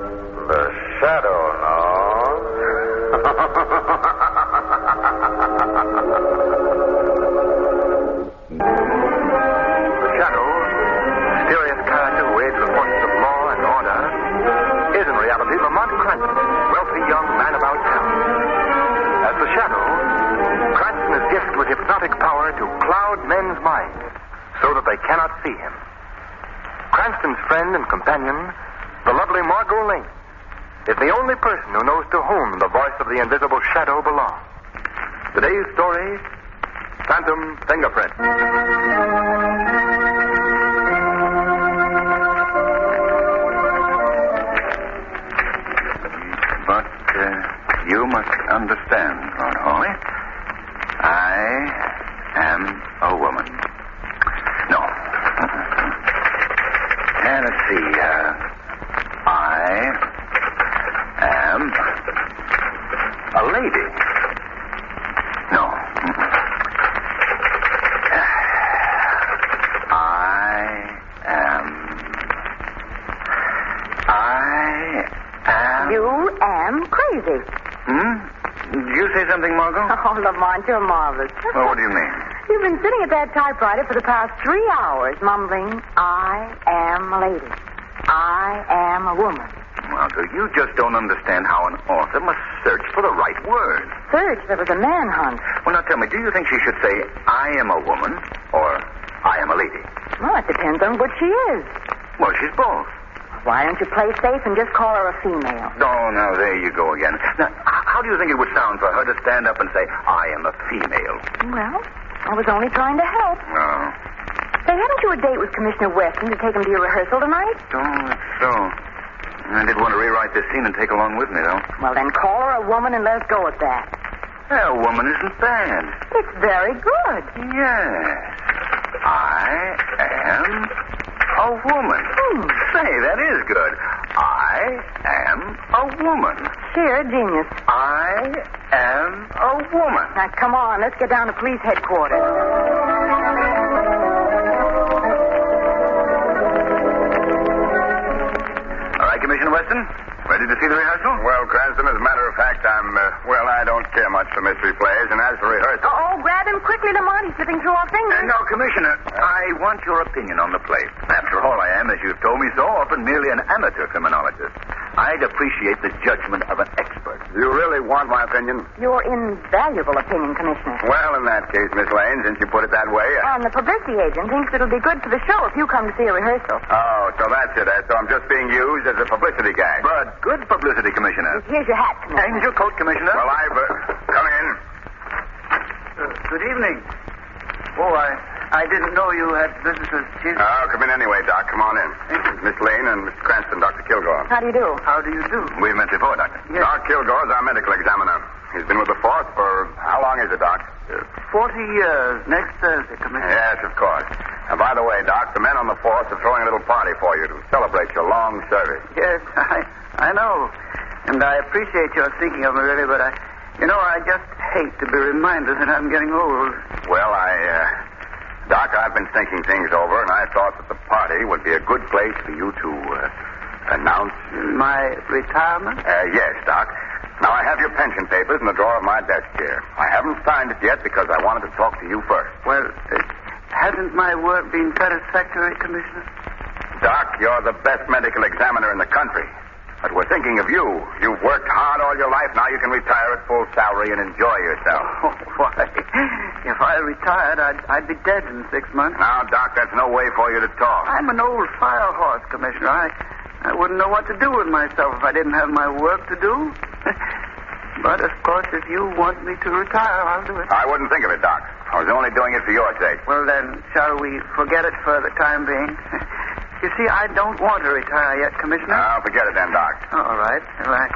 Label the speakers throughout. Speaker 1: The shadow, mysterious character who aids the forces of law and order, is in reality Lamont Cranston, wealthy young man about town. As the shadow, Cranston is gifted with hypnotic power to cloud men's minds so that they cannot see him. Cranston's friend and companion, the lovely Margot Lane, is the only person who knows to whom the voice of the invisible shadow belongs. Today's story Phantom Fingerprint.
Speaker 2: But uh, you must understand, Lord Hawley, I am a woman. No. And let's see. Uh, I am a lady. No. mm-mm. I am. I am.
Speaker 3: You am crazy.
Speaker 2: Hmm? Did you say something, Margot?
Speaker 3: Oh, Lamont, you're marvelous.
Speaker 2: Well, Oh, what do you mean?
Speaker 3: You've been sitting at that typewriter for the past three hours, mumbling, I am a lady. I am a woman.
Speaker 2: Margot, you just don't understand how an author must search for the right word.
Speaker 3: Serge, there was a manhunt.
Speaker 2: Well, now tell me, do you think she should say, I am a woman or I am a lady?
Speaker 3: Well, it depends on what she is.
Speaker 2: Well, she's both.
Speaker 3: Why don't you play safe and just call her a female?
Speaker 2: Oh, now there you go again. Now, h- how do you think it would sound for her to stand up and say, I am a female? Oh,
Speaker 3: Well, I was only trying to help.
Speaker 2: No.
Speaker 3: Say, haven't you a date with Commissioner Weston to take him to your rehearsal tonight?
Speaker 2: Don't think so. I did want to rewrite this scene and take along with me, though.
Speaker 3: Well, then call her a woman and let's go at that.
Speaker 2: Yeah, a woman isn't bad.
Speaker 3: It's very good.
Speaker 2: Yes. I am a woman.
Speaker 3: Hmm.
Speaker 2: Say, that is good. I am a woman.
Speaker 3: Sheer genius.
Speaker 2: I am a woman.
Speaker 3: Now, come on, let's get down to police headquarters.
Speaker 2: All right, Commissioner Weston. Ready to see the rehearsal?
Speaker 1: Well, Cranston, as a matter of fact, I'm, uh, well, I don't care much for mystery plays, and as for rehearsal.
Speaker 3: Oh, grab him quickly, Lamont. He's slipping through our
Speaker 2: Uh,
Speaker 3: fingers.
Speaker 2: no, Commissioner, I want your opinion on the play. After all, I am, as you've told me so often, merely an amateur criminologist. I'd appreciate the judgment of an expert.
Speaker 1: You really want my opinion?
Speaker 3: Your invaluable opinion, Commissioner.
Speaker 1: Well, in that case, Miss Lane, since you put it that way. Uh...
Speaker 3: And the publicity agent thinks it'll be good for the show if you come to see a rehearsal.
Speaker 1: Oh, so that's it. Uh, So I'm just being used as a publicity gag.
Speaker 2: But good publicity, Commissioner.
Speaker 3: Here's your hat, Commissioner.
Speaker 2: And your coat, Commissioner.
Speaker 1: Well, I've. Uh... Come in.
Speaker 2: Uh, good evening. Oh, I, I didn't know you had visitors.
Speaker 1: Oh, come in anyway, Doc. Come on in. Miss Lane and Mr. Cranston, Dr. Kilgore.
Speaker 3: How do you do?
Speaker 2: How do you do? We met before, Doctor.
Speaker 1: Doc Kilgore's our medical examiner. He's been with the force for. How long is it, Doc?
Speaker 2: Forty years next Thursday, Commissioner.
Speaker 1: Yes, of course. And by the way, Doc, the men on the force are throwing a little party for you to celebrate your long service.
Speaker 2: Yes, I, I know. And I appreciate your thinking of me, really, but I, you know, I just hate to be reminded that I'm getting old.
Speaker 1: Well, I, uh, Doc, I've been thinking things over, and I thought that the party would be a good place for you to uh, announce.
Speaker 2: My retirement?
Speaker 1: Uh, yes, Doc. Now I have your pension papers in the drawer of my desk here. I haven't signed it yet because I wanted to talk to you first. Uh,
Speaker 2: Well, it, uh, hasn't my work been satisfactory, Commissioner?
Speaker 1: Doc, you're the best medical examiner in the country. But we're thinking of you. You've worked hard all your life. Now you can retire at full salary and enjoy yourself.
Speaker 2: Oh, why? If I retired, I'd, I'd be dead in six months.
Speaker 1: Now, Doc, that's no way for you to talk.
Speaker 2: I'm an old fire horse, Commissioner. I, I wouldn't know what to do with myself if I didn't have my work to do. but, of course, if you want me to retire, I'll do it.
Speaker 1: I wouldn't think of it, Doc. I was only doing it for your sake.
Speaker 2: Well, then, shall we forget it for the time being? you see, I don't want to retire yet, Commissioner.
Speaker 1: Now, forget it then, Doc.
Speaker 2: Ah. All right. All right.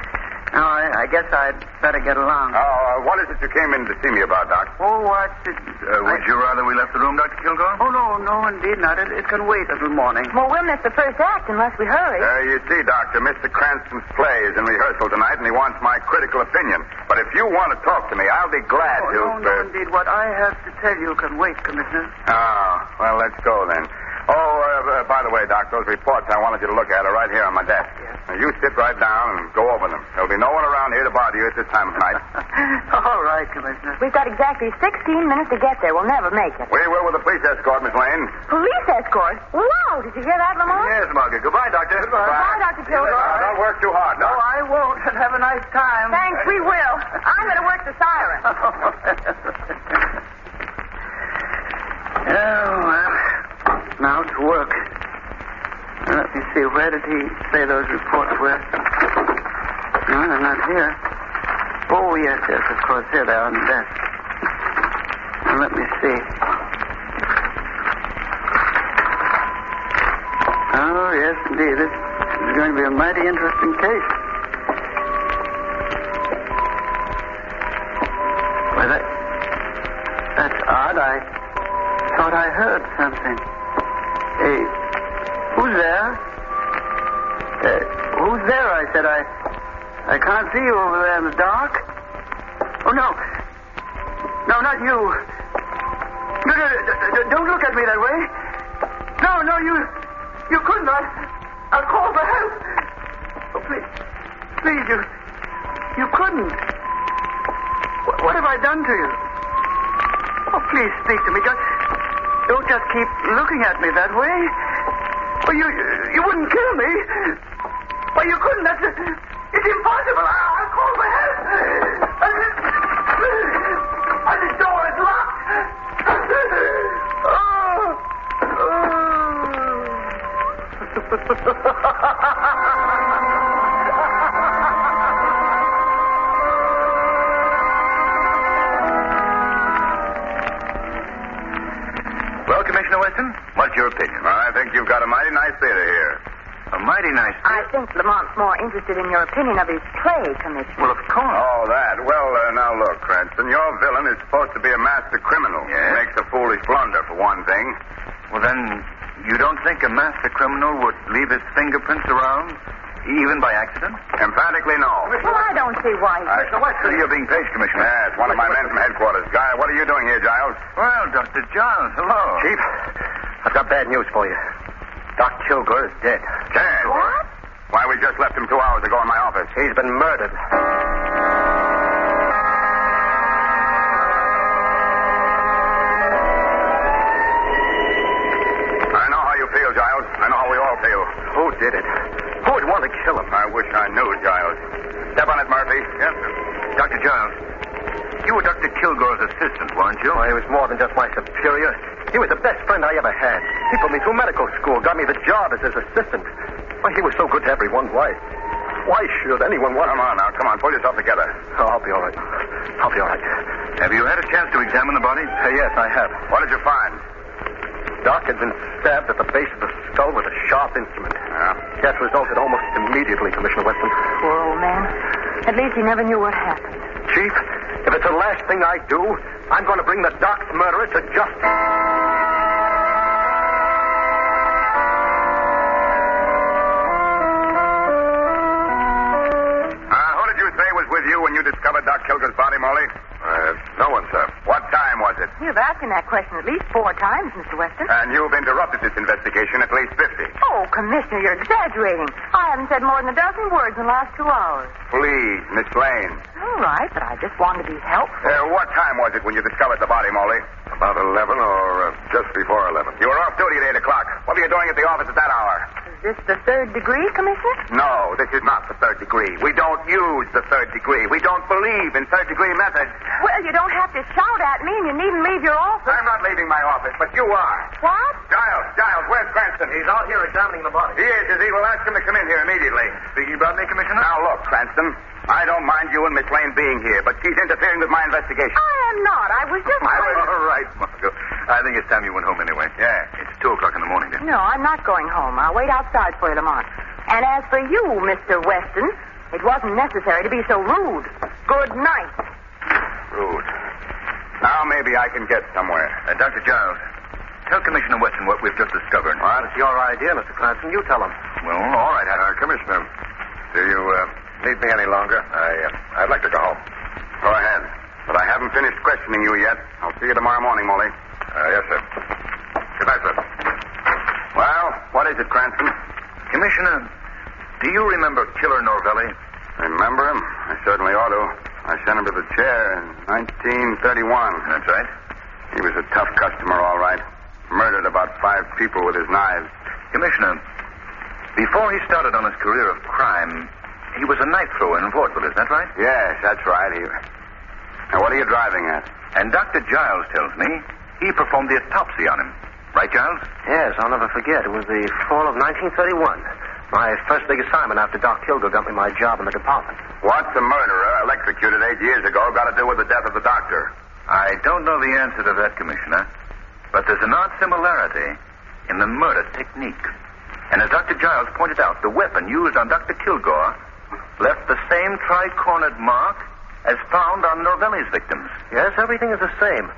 Speaker 2: Now, I, I guess I'd better get along.
Speaker 1: Oh, uh, what is it you came in to see me about, Doc?
Speaker 2: Ah. oh, I did. I-
Speaker 1: Uh, you rather we left the room, Dr. Kilgore?
Speaker 2: Oh, no, no, indeed not. It, it can wait until morning.
Speaker 3: Well, we'll miss the first act unless we hurry.
Speaker 1: There Uh, you see, Doctor. Mr. Cranston's play is in rehearsal tonight, and he wants my critical opinion. But if you want to talk to me, I'll be glad
Speaker 2: Oh,
Speaker 1: to.
Speaker 2: no, no,
Speaker 1: uh,
Speaker 2: indeed. What I have to tell you can wait, Commissioner.
Speaker 1: Oh, well, let's go then. Oh, uh, uh, by the way, Doc, those reports I wanted you to look at are right here on my desk.
Speaker 2: Yes.
Speaker 1: Now, you sit right down and go over them. They'll There'll be no one around here to bother you at this time of night.
Speaker 2: All right, Commissioner.
Speaker 3: We've got exactly 16 minutes to get there. We'll never make it.
Speaker 1: we will with the police escort, Miss Lane.
Speaker 3: Police escort? Wow, did you hear that, Lamont?
Speaker 1: Yes, Margaret. Goodbye, Doctor. Goodbye,
Speaker 3: Dr. Pilgrim.
Speaker 1: Now, don't work too hard.
Speaker 2: No,
Speaker 1: Now.
Speaker 2: I won't. And have a nice time.
Speaker 3: Thanks, we will. I'm going to work the siren.
Speaker 2: oh, well. Now to work. Let me see. Where did he say those reports were? No, they're not here. Oh, yes, yes, of course. Here they are on the desk. Now, let me see. Oh, yes, indeed. This is going to be a mighty interesting case. Well, that, that's odd. I thought I heard something. Hey, who's there? Uh, who's there? I said. I I can't see you over there in the dark. Oh no, no, not you. No, no, no, no, don't look at me that way. No, no, you you couldn't. I I'll call for help. Oh, please, please, you you couldn't. Wh- What have I done to you? Oh, please speak to me. Just don't just keep looking at me that way. Well, you you wouldn't kill me. Well, you couldn't. That's it's impossible. I, I'll call for help. And the door is locked. Oh. Oh.
Speaker 1: Well, Commissioner Weston, what's your opinion? I think you've got a mighty nice theater here. A mighty nice
Speaker 3: I think Lamont's more interested in your opinion of his play, Commissioner.
Speaker 1: Well, of course. Oh, that. Well, uh, now look, Cranston. Your villain is supposed to be a master criminal.
Speaker 4: Yes?
Speaker 1: Makes a foolish blunder, for one thing.
Speaker 4: Well, then, you don't think a master criminal would leave his fingerprints around, even by accident?
Speaker 1: Emphatically, no.
Speaker 3: Well, I don't see why. he-
Speaker 1: I...
Speaker 4: You're being paged, Commissioner.
Speaker 1: Yes, one of my men from headquarters. Guy, what are you doing here, Giles?
Speaker 4: Well, Dr. Giles, hello.
Speaker 5: Chief, I've got bad news for you. Doc Kilgore is dead.
Speaker 1: Chad.
Speaker 3: What?
Speaker 1: Why, we just left him two hours ago in my office.
Speaker 5: He's been murdered.
Speaker 1: I know how you feel, Giles. I know how we all feel.
Speaker 5: Who did it? Who would want to kill him?
Speaker 1: I wish I knew, Giles. Step on it, Murphy. Yes, sir.
Speaker 4: Dr. Giles, you were Dr. Kilgore's assistant, weren't you?
Speaker 5: Oh, he was more than just my superior. He was the best friend I ever had. He put me through medical school, got me the job as his assistant. Why, he was so good to everyone. Why? Why should anyone want
Speaker 1: Come
Speaker 5: him?
Speaker 1: on now. Come on. Pull yourself together.
Speaker 5: Oh, I'll be all right. I'll be all right.
Speaker 4: Have you had a chance to examine the body?
Speaker 5: Uh, yes, I have.
Speaker 1: What did you find?
Speaker 5: Doc had been stabbed at the base of the skull with a sharp instrument.
Speaker 1: Yeah.
Speaker 5: Death resulted almost immediately, Commissioner Weston.
Speaker 3: Poor old man. At least he never knew what happened.
Speaker 5: Chief, if it's the last thing I do, I'm going to bring the Doc's murderer to justice.
Speaker 1: Uh, who did you say was with you when you discovered Doc Kilger's body, Molly? Uh, no one, sir. What time was it?
Speaker 3: You've asked him that question at least four times, Mr. Weston.
Speaker 1: And you've interrupted this investigation at least 50.
Speaker 3: Oh, Commissioner, you're exaggerating. I haven't said more than a dozen words in the last two hours.
Speaker 1: Please, Miss Lane.
Speaker 3: All right, but I just wanted to be helpful.
Speaker 1: Uh, what time was it when you discovered the body, Molly? About 11 or uh, just before 11. You were off duty at 8 o'clock. What were you doing at the office at that hour?
Speaker 3: Is this the third degree, Commissioner?
Speaker 1: No, this is not the third degree. We don't use the third degree. We don't believe in third degree methods.
Speaker 3: Well, you don't have to shout at me, and you needn't leave your office.
Speaker 1: I'm not leaving my office, but you are.
Speaker 3: What?
Speaker 1: Giles, Giles, where's Cranston? He's out here examining the body. He is, is he? We'll ask him to come in here immediately. Speaking about me, Commissioner? Now, look, Cranston, I don't mind you and Miss Lane being here, but she's interfering with my investigation.
Speaker 3: I am not. I was just.
Speaker 1: All right,
Speaker 4: Margot. I think it's time you went home anyway.
Speaker 1: Yeah.
Speaker 4: It's 2 o'clock in the morning, then.
Speaker 3: No, I'm not going home. I'll wait outside for you, Lamont. And as for you, Mr. Weston, it wasn't necessary to be so rude. Good night.
Speaker 1: Rude. Now maybe I can get somewhere.
Speaker 4: Uh, Dr. Giles, tell Commissioner Weston what we've just discovered.
Speaker 5: Well, it's your idea, Mr. Cranston. You tell him.
Speaker 4: Well, all right, Hatter.
Speaker 1: Uh, Commissioner, do you uh, need me any longer? I, uh, I'd like to go home. Go ahead. But I haven't finished questioning you yet. I'll see you tomorrow morning, Molly. Uh, yes, sir. Good night, sir. Well, what is it, Cranston?
Speaker 4: Commissioner, do you remember Killer Norvelli?
Speaker 1: Remember him? I certainly ought to. I sent him to the chair in 1931.
Speaker 4: That's right.
Speaker 1: He was a tough customer, all right. Murdered about five people with his knives.
Speaker 4: Commissioner, before he started on his career of crime, he was a knife thrower in Vaudeville, is that right?
Speaker 1: Yes, that's right. He... Now, what are you driving at?
Speaker 4: And Dr. Giles tells me he performed the autopsy on him. Right, Giles?
Speaker 5: Yes, I'll never forget. It was the fall of 1931. My first big assignment after Doc Kilgore got me my job in the department.
Speaker 1: What the murderer electrocuted eight years ago got to do with the death of the doctor?
Speaker 4: I don't know the answer to that, Commissioner, but there's an odd similarity in the murder technique. And as Dr. Giles pointed out, the weapon used on Dr. Kilgore left the same tri-cornered mark as found on Novelli's victims.
Speaker 5: Yes, everything is the same.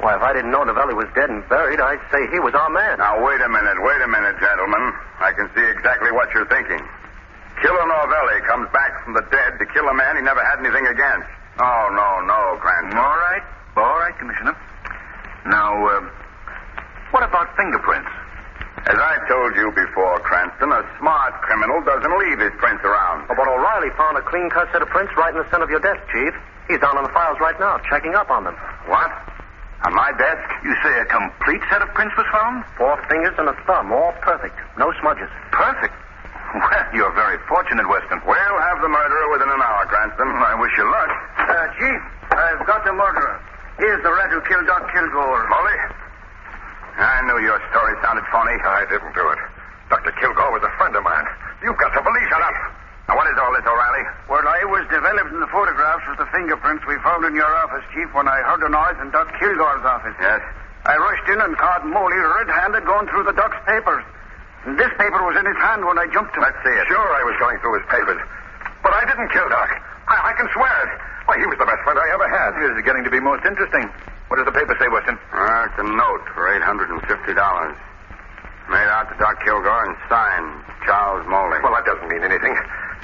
Speaker 5: Why, if I didn't know Novelli was dead and buried, I'd say he was our man.
Speaker 1: Now, wait a minute, wait a minute, gentlemen. I can see exactly what you're thinking. Killer Novelli comes back from the dead to kill a man he never had anything against. Oh, no, no, Grant.
Speaker 4: All right. All right, Commissioner. Now, uh,
Speaker 1: um,
Speaker 4: what about fingerprints?
Speaker 1: As I told you before, Cranston, a smart criminal doesn't leave his prints around.
Speaker 5: Oh, but O'Reilly found a clean cut set of prints right in the center of your desk, Chief. He's down on the files right now, checking up on them.
Speaker 1: What? On my desk?
Speaker 4: You say a complete set of prints was found?
Speaker 5: Four fingers and a thumb, all perfect. No smudges.
Speaker 4: Perfect. Well, you're very fortunate, Weston.
Speaker 1: We'll have the murderer within an hour, Cranston.
Speaker 4: I wish you luck.
Speaker 6: Uh, Chief, I've got the murderer. Here's the rat who killed Doc Kilgore.
Speaker 1: Molly? I knew your story sounded phony.
Speaker 4: I didn't do it. Dr. Kilgore was a friend of mine. You've got to believe
Speaker 1: Shut up. Now, what is all this, O'Reilly?
Speaker 6: Well, I was developing the photographs with the fingerprints we found in your office, Chief, when I heard a noise in Doc Kilgore's office.
Speaker 1: Yes?
Speaker 6: I rushed in and caught Moley red-handed going through the doc's papers. And this paper was in his hand when I jumped him.
Speaker 1: Let's see it.
Speaker 4: Sure, I was going through his papers. But I didn't kill Doc. I, I can swear it. Why, he was the best friend I ever had. This is getting to be most interesting. What does the paper say, Weston?
Speaker 1: Uh, it's a note for $850. Made out to Doc Kilgore and signed Charles Moley.
Speaker 4: Well, that doesn't mean anything.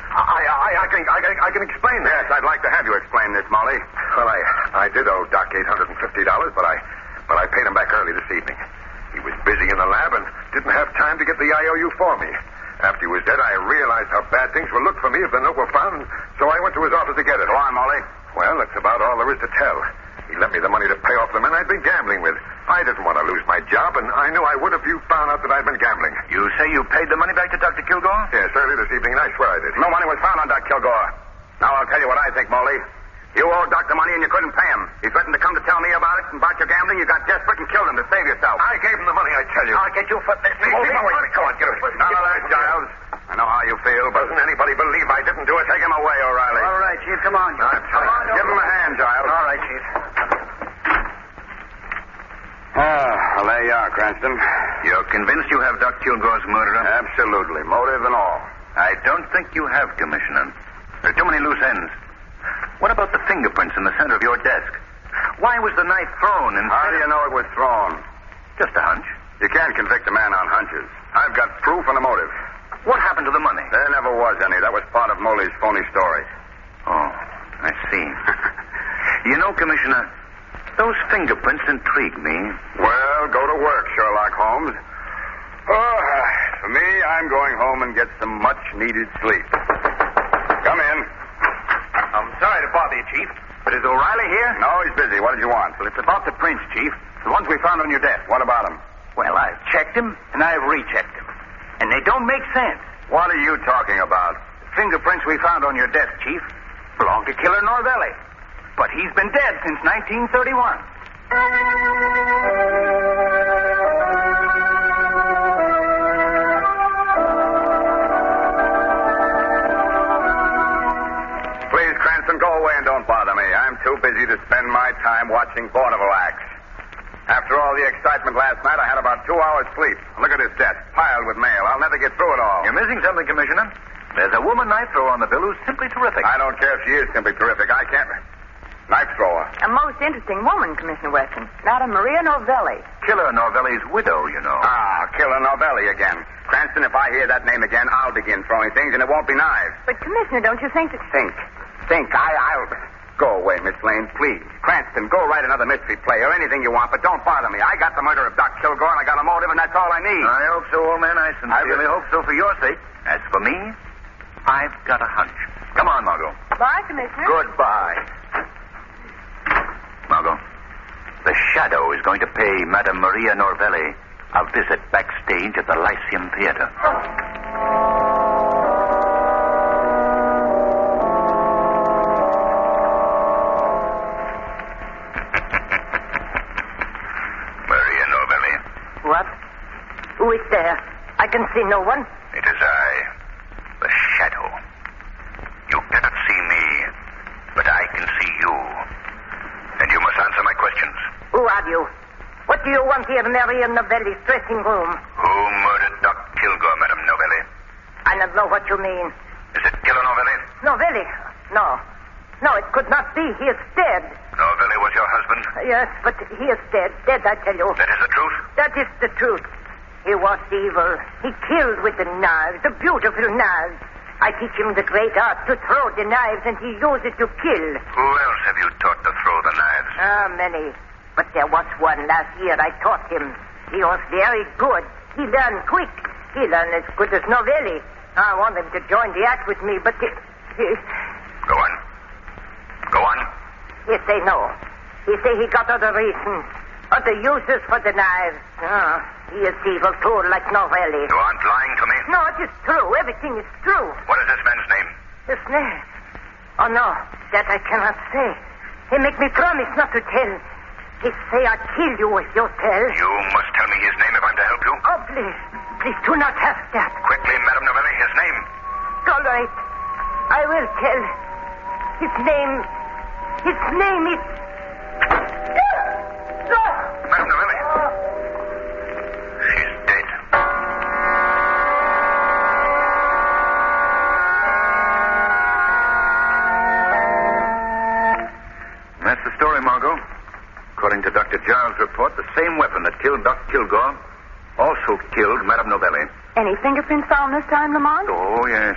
Speaker 4: I, I, I, can, I, I can explain
Speaker 1: yes, I'd like to have you explain this, Molly.
Speaker 4: Well, I, I did owe Doc eight hundred and fifty dollars, but I, but I paid him back early this evening. He was busy in the lab and didn't have time to get the IOU for me. After he was dead, I realized how bad things would look for me if the note were found, so I went to his office to get it.
Speaker 1: Go on, Molly.
Speaker 4: Well, that's about all there is to tell. He lent me the money to pay off the men I'd been gambling with. I didn't want to lose my job, and I knew I would if you found out that I'd been gambling.
Speaker 6: You say you paid the money back to Dr. Kilgore?
Speaker 4: Yes, early this evening, and I swear I did.
Speaker 1: No money was found on Doc Kilgore. Now, I'll tell you what I think, Molly. You owed Doc the money and you couldn't pay him. He threatened to come to tell me about it and about your gambling. You got desperate and killed him to save yourself.
Speaker 4: I gave him the money, I tell you.
Speaker 6: I'll get you for this.
Speaker 4: Take him away. Go on, get him.
Speaker 1: None of that, Giles. I know how you feel, but
Speaker 4: Doesn't anybody believe I didn't do it?
Speaker 1: take him away, O'Reilly.
Speaker 6: All right, Chief, come on.
Speaker 4: Now,
Speaker 1: Come on, give him a hand, Giles.
Speaker 6: All right, Chief.
Speaker 1: Ah, well, there you are, Cranston.
Speaker 4: You're convinced you have Doc Kilgore's murderer?
Speaker 1: Absolutely. Motive and all.
Speaker 4: I don't think you have, Commissioner. There are too many loose ends. What about the fingerprints in the center of your desk? Why was the knife thrown in
Speaker 1: How do you know it was thrown?
Speaker 4: Just a hunch.
Speaker 1: You can't convict a man on hunches. I've got proof and a motive.
Speaker 4: What happened to the money?
Speaker 1: There never was any. That was part of Moley's phony story.
Speaker 4: Oh, I see. you know, Commissioner, those fingerprints intrigue me.
Speaker 1: Well, go to work, Sherlock Holmes. Oh, for me, I'm going home and get some much needed sleep. Come in.
Speaker 6: I'm sorry to bother you, Chief, but is O'Reilly here?
Speaker 1: No, he's busy. What did you want?
Speaker 6: Well, it's about the prints, Chief. The ones we found on your desk.
Speaker 1: What about him?
Speaker 6: Well, I've checked them, and I've rechecked them. And they don't make sense.
Speaker 1: What are you talking about?
Speaker 6: Fingerprints we found on your desk, Chief, belong to Killer Norvelli. But he's been dead since 1931.
Speaker 1: Please, Cranston, go away and don't bother me. I'm too busy to spend my time watching Bonneville acts. After all the excitement last night, I had about two hours sleep. Look at this desk, piled with mail. I'll never get through it all.
Speaker 4: You're missing something, Commissioner. There's a woman knife thrower on the bill who's simply terrific.
Speaker 1: I don't care if she is simply terrific. I can't. Knife thrower.
Speaker 3: A most interesting woman, Commissioner Weston. Madame Maria Novelli.
Speaker 4: Killer Norvelli's widow, you know.
Speaker 1: Ah, Killer Novelli again. Cranston, if I hear that name again, I'll begin throwing things, and it won't be knives.
Speaker 3: But, Commissioner, don't you think that...
Speaker 1: Think. Think. I, I'll. Go away, Miss Lane, please. Cranston, go write another mystery play or anything you want, but don't bother me. I got the murder of Doc Kilgore, and I got a motive, and that's all I need.
Speaker 4: I hope so, old man. I sincerely hope so for your sake. As for me, I've got a hunch. Come on, Margot.
Speaker 7: Bye, Commissioner.
Speaker 4: Goodbye. Margot, the Shadow is going to pay Madame Maria Norvelli a visit backstage at the Lyceum Theater. Maria Novelli,
Speaker 3: What? Who is there? I can see no one.
Speaker 4: it is I, the Shadow. You cannot see me, but I can see you. And you must answer my questions.
Speaker 3: Who are you? What do you want here in Maria Novelli's dressing room?
Speaker 4: Who murdered Doc Kilgore, Madame Novelli?
Speaker 3: I don't know what you mean.
Speaker 4: Is it Killer Novelli?
Speaker 3: Novelli? No. No, it could not be. He is dead.
Speaker 4: Novelli was your husband?
Speaker 3: Yes, but he is dead. Dead, I tell you.
Speaker 4: That is the truth?
Speaker 3: That is the truth. He was evil. He killed with the knives, the beautiful knives. I teach him the great art to throw the knives, and he uses it to kill.
Speaker 4: Who else have you taught to throw the knives?
Speaker 3: Ah, many. But there was one last year I taught him. He was very good. He learned quick. He learned as good as Novelli. Ah, I want him to join the act with me, but he, he,
Speaker 4: Go on. Go on.
Speaker 3: he say no. He say he got other reasons, other uses for the knives. Ah, he is evil too, like Novelli.
Speaker 4: You aren't lying to me.
Speaker 3: No, it is true. Everything is true.
Speaker 4: What is this man's name?
Speaker 3: The snare. Oh, no. That I cannot say. He make me promise not to tell. He say I kill you if you tell.
Speaker 4: You must tell me his name if I'm to help you.
Speaker 3: Oh, please. Please do not have that.
Speaker 4: Quickly, Madame Novelli, his name.
Speaker 3: All right. I will tell. His name. His name is.
Speaker 4: Madame Novelli. She's dead. That's the story, Margot. According to Dr. Giles' report, the same weapon that killed Doc Kilgore also killed Madame Novelli.
Speaker 7: Any fingerprints found this time, Lamont?
Speaker 4: Oh, yes.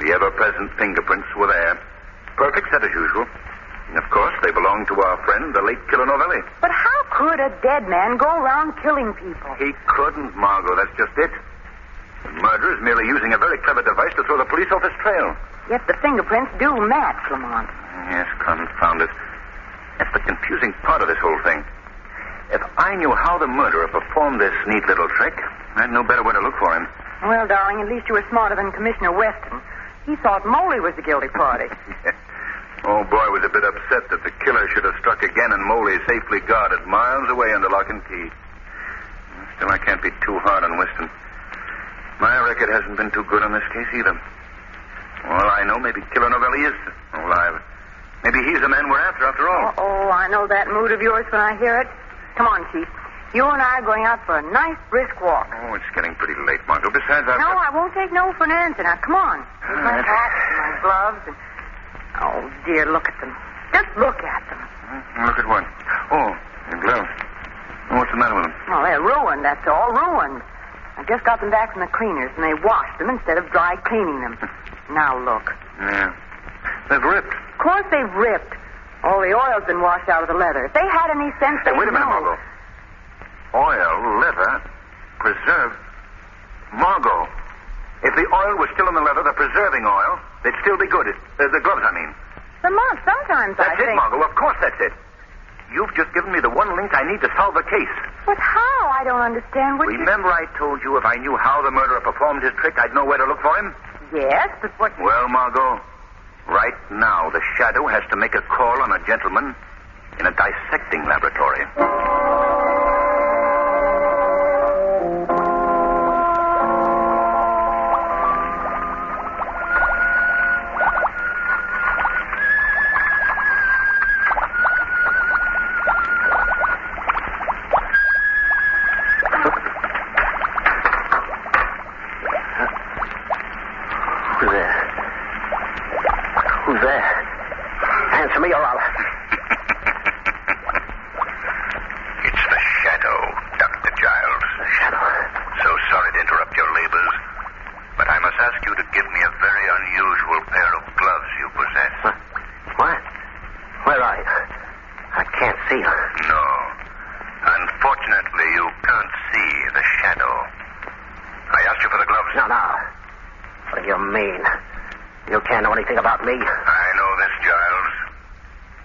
Speaker 4: The ever present fingerprints were there. Perfect set as usual. And of course, they belong to our friend, the late Killer Novelli.
Speaker 7: But how could a dead man go around killing people?
Speaker 4: He couldn't, Margot. That's just it. The murderer is merely using a very clever device to throw the police off his trail.
Speaker 7: Yet the fingerprints do match, Lamont.
Speaker 4: Yes, confound it. That's the confusing part of this whole thing. If I knew how the murderer performed this neat little trick, I'd know better where to look for him.
Speaker 7: Well, darling, at least you were smarter than Commissioner Weston. He thought Moley was the guilty party.
Speaker 4: Old Oh, boy was a bit upset that the killer should have struck again and Moley safely guarded miles away under lock and key. Still, I can't be too hard on Weston. My record hasn't been too good on this case either. Well, I know maybe Killer Novelli is alive. Maybe he's the man we're after after all.
Speaker 7: Oh, I know that mood of yours when I hear it. Come on, Chief. You and I are going out for a nice brisk walk.
Speaker 4: Oh, it's getting pretty late, Margot. Besides, I've
Speaker 7: No,
Speaker 4: got...
Speaker 7: I won't take no for an answer. Now, come on. Here's my
Speaker 4: right.
Speaker 7: hat and my gloves and... Oh, dear, look at them. Just look at them.
Speaker 4: Hmm, Look at what? Oh, your gloves. Oh, What's the matter with them?
Speaker 7: Well, Oh, they're ruined, that's all. Ruined. I just got them back from the cleaners, and they washed them instead of dry cleaning them. Now, look.
Speaker 4: Yeah. They've ripped.
Speaker 7: Of course they've ripped. All the oil's been washed out of the leather. If they had any sense,
Speaker 4: Hey,
Speaker 7: they'd
Speaker 4: wait a minute,
Speaker 7: know.
Speaker 4: Margot. Oil, leather, preserve. Margot, if the oil was still in the leather, the preserving oil, they'd still be good. It, uh, the gloves, I mean.
Speaker 7: Lamont, sometimes I
Speaker 4: That's it,
Speaker 7: think...
Speaker 4: Margot. Of course, that's it. You've just given me the one link I need to solve the case.
Speaker 7: But how? I don't understand what
Speaker 4: Remember, I told you if I knew how the murderer performed his trick, I'd know where to look for him?
Speaker 7: you... Yes, but what...
Speaker 4: Well, Margot, right now the shadow has to make a call on a gentleman in a dissecting laboratory.
Speaker 2: Who's there? Who's there? Answer me or I'll.
Speaker 4: It's the shadow, Dr. Giles. The shadow? So sorry to interrupt your labors, but I must ask you to give me a very unusual pair of gloves you possess.
Speaker 2: What? Where are you? I can't see you.
Speaker 4: No. Unfortunately, you can't see the shadow. I asked you for the gloves.
Speaker 2: No, no. What do you mean? You can't know anything about me.
Speaker 4: I know this, Giles.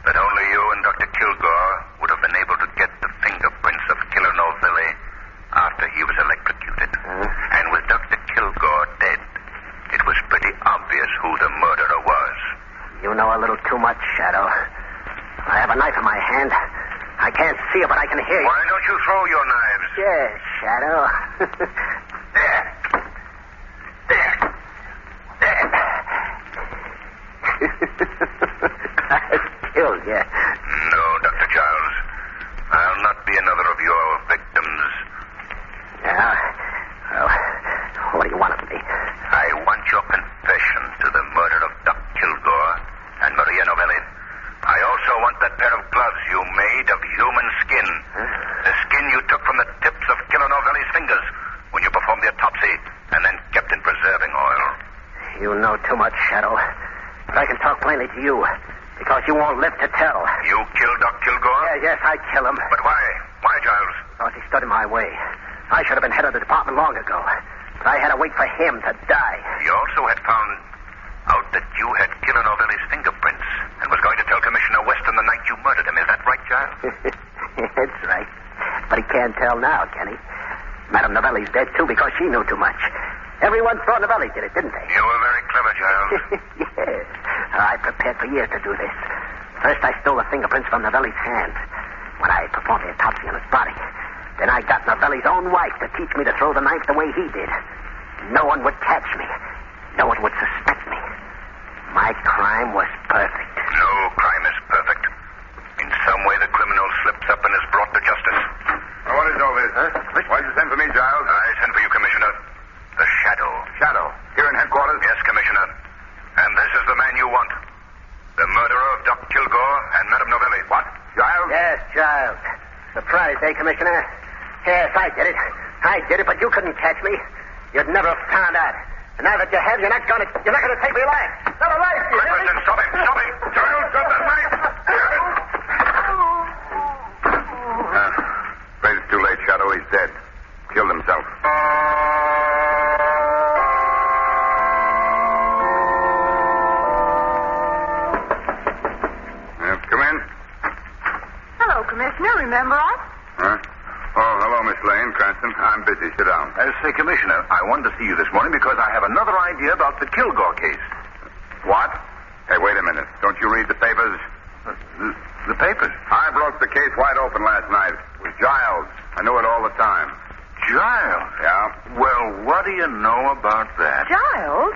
Speaker 4: That only you and Dr. Kilgore would have been able to get the fingerprints of Killer Novelli after he was electrocuted. And with Dr. Kilgore dead, it was pretty obvious who the murderer was.
Speaker 2: You know a little too much, Shadow. I have a knife in my hand. I can't see you, but I can hear you.
Speaker 4: Why don't you throw your knives?
Speaker 2: Yes, Shadow.
Speaker 4: There. There. There.
Speaker 2: I killed you.
Speaker 4: No, Dr. Giles. I'll not be another of your victims.
Speaker 2: Yeah. Well, what do you want of me?
Speaker 4: I want your confession to the murder of Doc Kilgore and Maria Novelli. I also want that pair of gloves you made of human skin. The skin you took from the tips of Killer Novelli's fingers when you performed the autopsy and then kept in preserving oil.
Speaker 2: You know too much, Shadow. But I can talk plainly to you because you won't live to tell.
Speaker 4: You killed Doc Kilgore?
Speaker 2: Yeah, yes, I kill him.
Speaker 4: But why? Why, Giles?
Speaker 2: Because he stood in my way. I should have been head of the department long ago. But I had to wait for him to die.
Speaker 4: He also had found out that you had Killer Novelli's fingerprints and was going to tell Commissioner Weston the night you murdered him. Is that right, Giles?
Speaker 2: That's right. But he can't tell now, can he? Madame Novelli's dead, too, because she knew too much. Everyone thought Novelli did it, didn't they?
Speaker 4: you were very clever, Giles.
Speaker 2: yes. I prepared for years to do this. First, I stole the fingerprints from Novelli's hand when I performed the autopsy on his body. Then I got Novelli's own wife to teach me to throw the knife the way he did. No one would catch me. No one would suspect me. My crime was perfect.
Speaker 4: No crime is perfect. In some way, the criminal slips up and is brought to justice.
Speaker 1: What is all this? Huh? Why'd you send for me, Giles?
Speaker 4: I sent for you, Commissioner. The Shadow.
Speaker 1: Shadow. Here in headquarters?
Speaker 4: Yes, Commissioner. And this is the man you want. The murderer of Doc Kilgore and Madame Novelli. What?
Speaker 1: Giles?
Speaker 2: Yes, Giles. Surprised, eh, Commissioner? Yes, I did it. I did it, but you couldn't catch me. You'd never have found out. And now that you have, you're not gonna you're not gonna take me alive. Not alive, you hear me?
Speaker 4: Listen, stop him, stop him. Giles, drop that knife.
Speaker 1: Uh, but it's too late, Shadow. He's dead. Killed himself. Uh, come in.
Speaker 7: Hello, Commissioner. Remember us?
Speaker 1: Huh? Oh, hello, Miss Lane. Cranston. I'm busy. Sit down.
Speaker 4: Uh, say, Commissioner, I wanted to see you this morning because I have another idea about the Kilgore case.
Speaker 1: What? Hey, wait a minute. Don't you read the papers?
Speaker 4: The, the papers.
Speaker 1: I broke the case wide open last night. It was Giles. I knew it all the time.
Speaker 4: Giles.
Speaker 1: Yeah?
Speaker 4: Well, what do you know about that?
Speaker 7: Giles?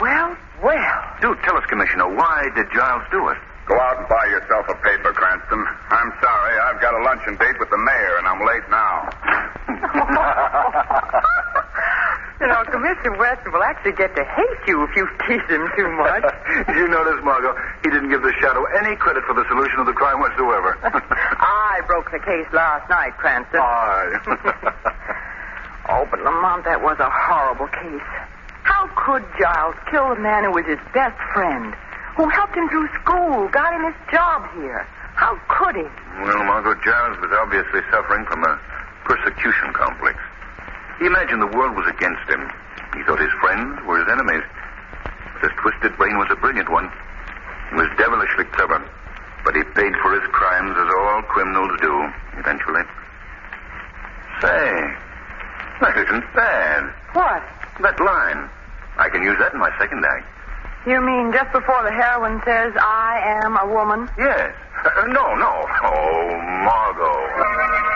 Speaker 7: Well, well.
Speaker 4: Do tell us, Commissioner, why did Giles do it?
Speaker 1: Go out and buy yourself a paper, Cranston. I'm sorry. I've got a luncheon date with the mayor, and I'm late now.
Speaker 7: You know, Commissioner Weston will actually get to hate you if you tease him too much.
Speaker 4: Did you notice, Margot? He didn't give the Shadow any credit for the solution of the crime whatsoever.
Speaker 7: I broke the case last night, Cranston. Oh, but Lamont, that was a horrible case. How could Giles kill the man who was his best friend, who helped him through school, got him his job here? How could he?
Speaker 4: Well, Margot Giles was obviously suffering from a persecution complex. He imagined the world was against him. He thought his friends were his enemies. But his twisted brain was a brilliant one. He was devilishly clever, but he paid for his crimes as all criminals do, eventually. Say, that isn't bad.
Speaker 7: What?
Speaker 4: That line. I can use that in my second act.
Speaker 7: You mean just before the heroine says, I am a woman?
Speaker 4: Yes. Uh, uh, no, no. Oh, Margot.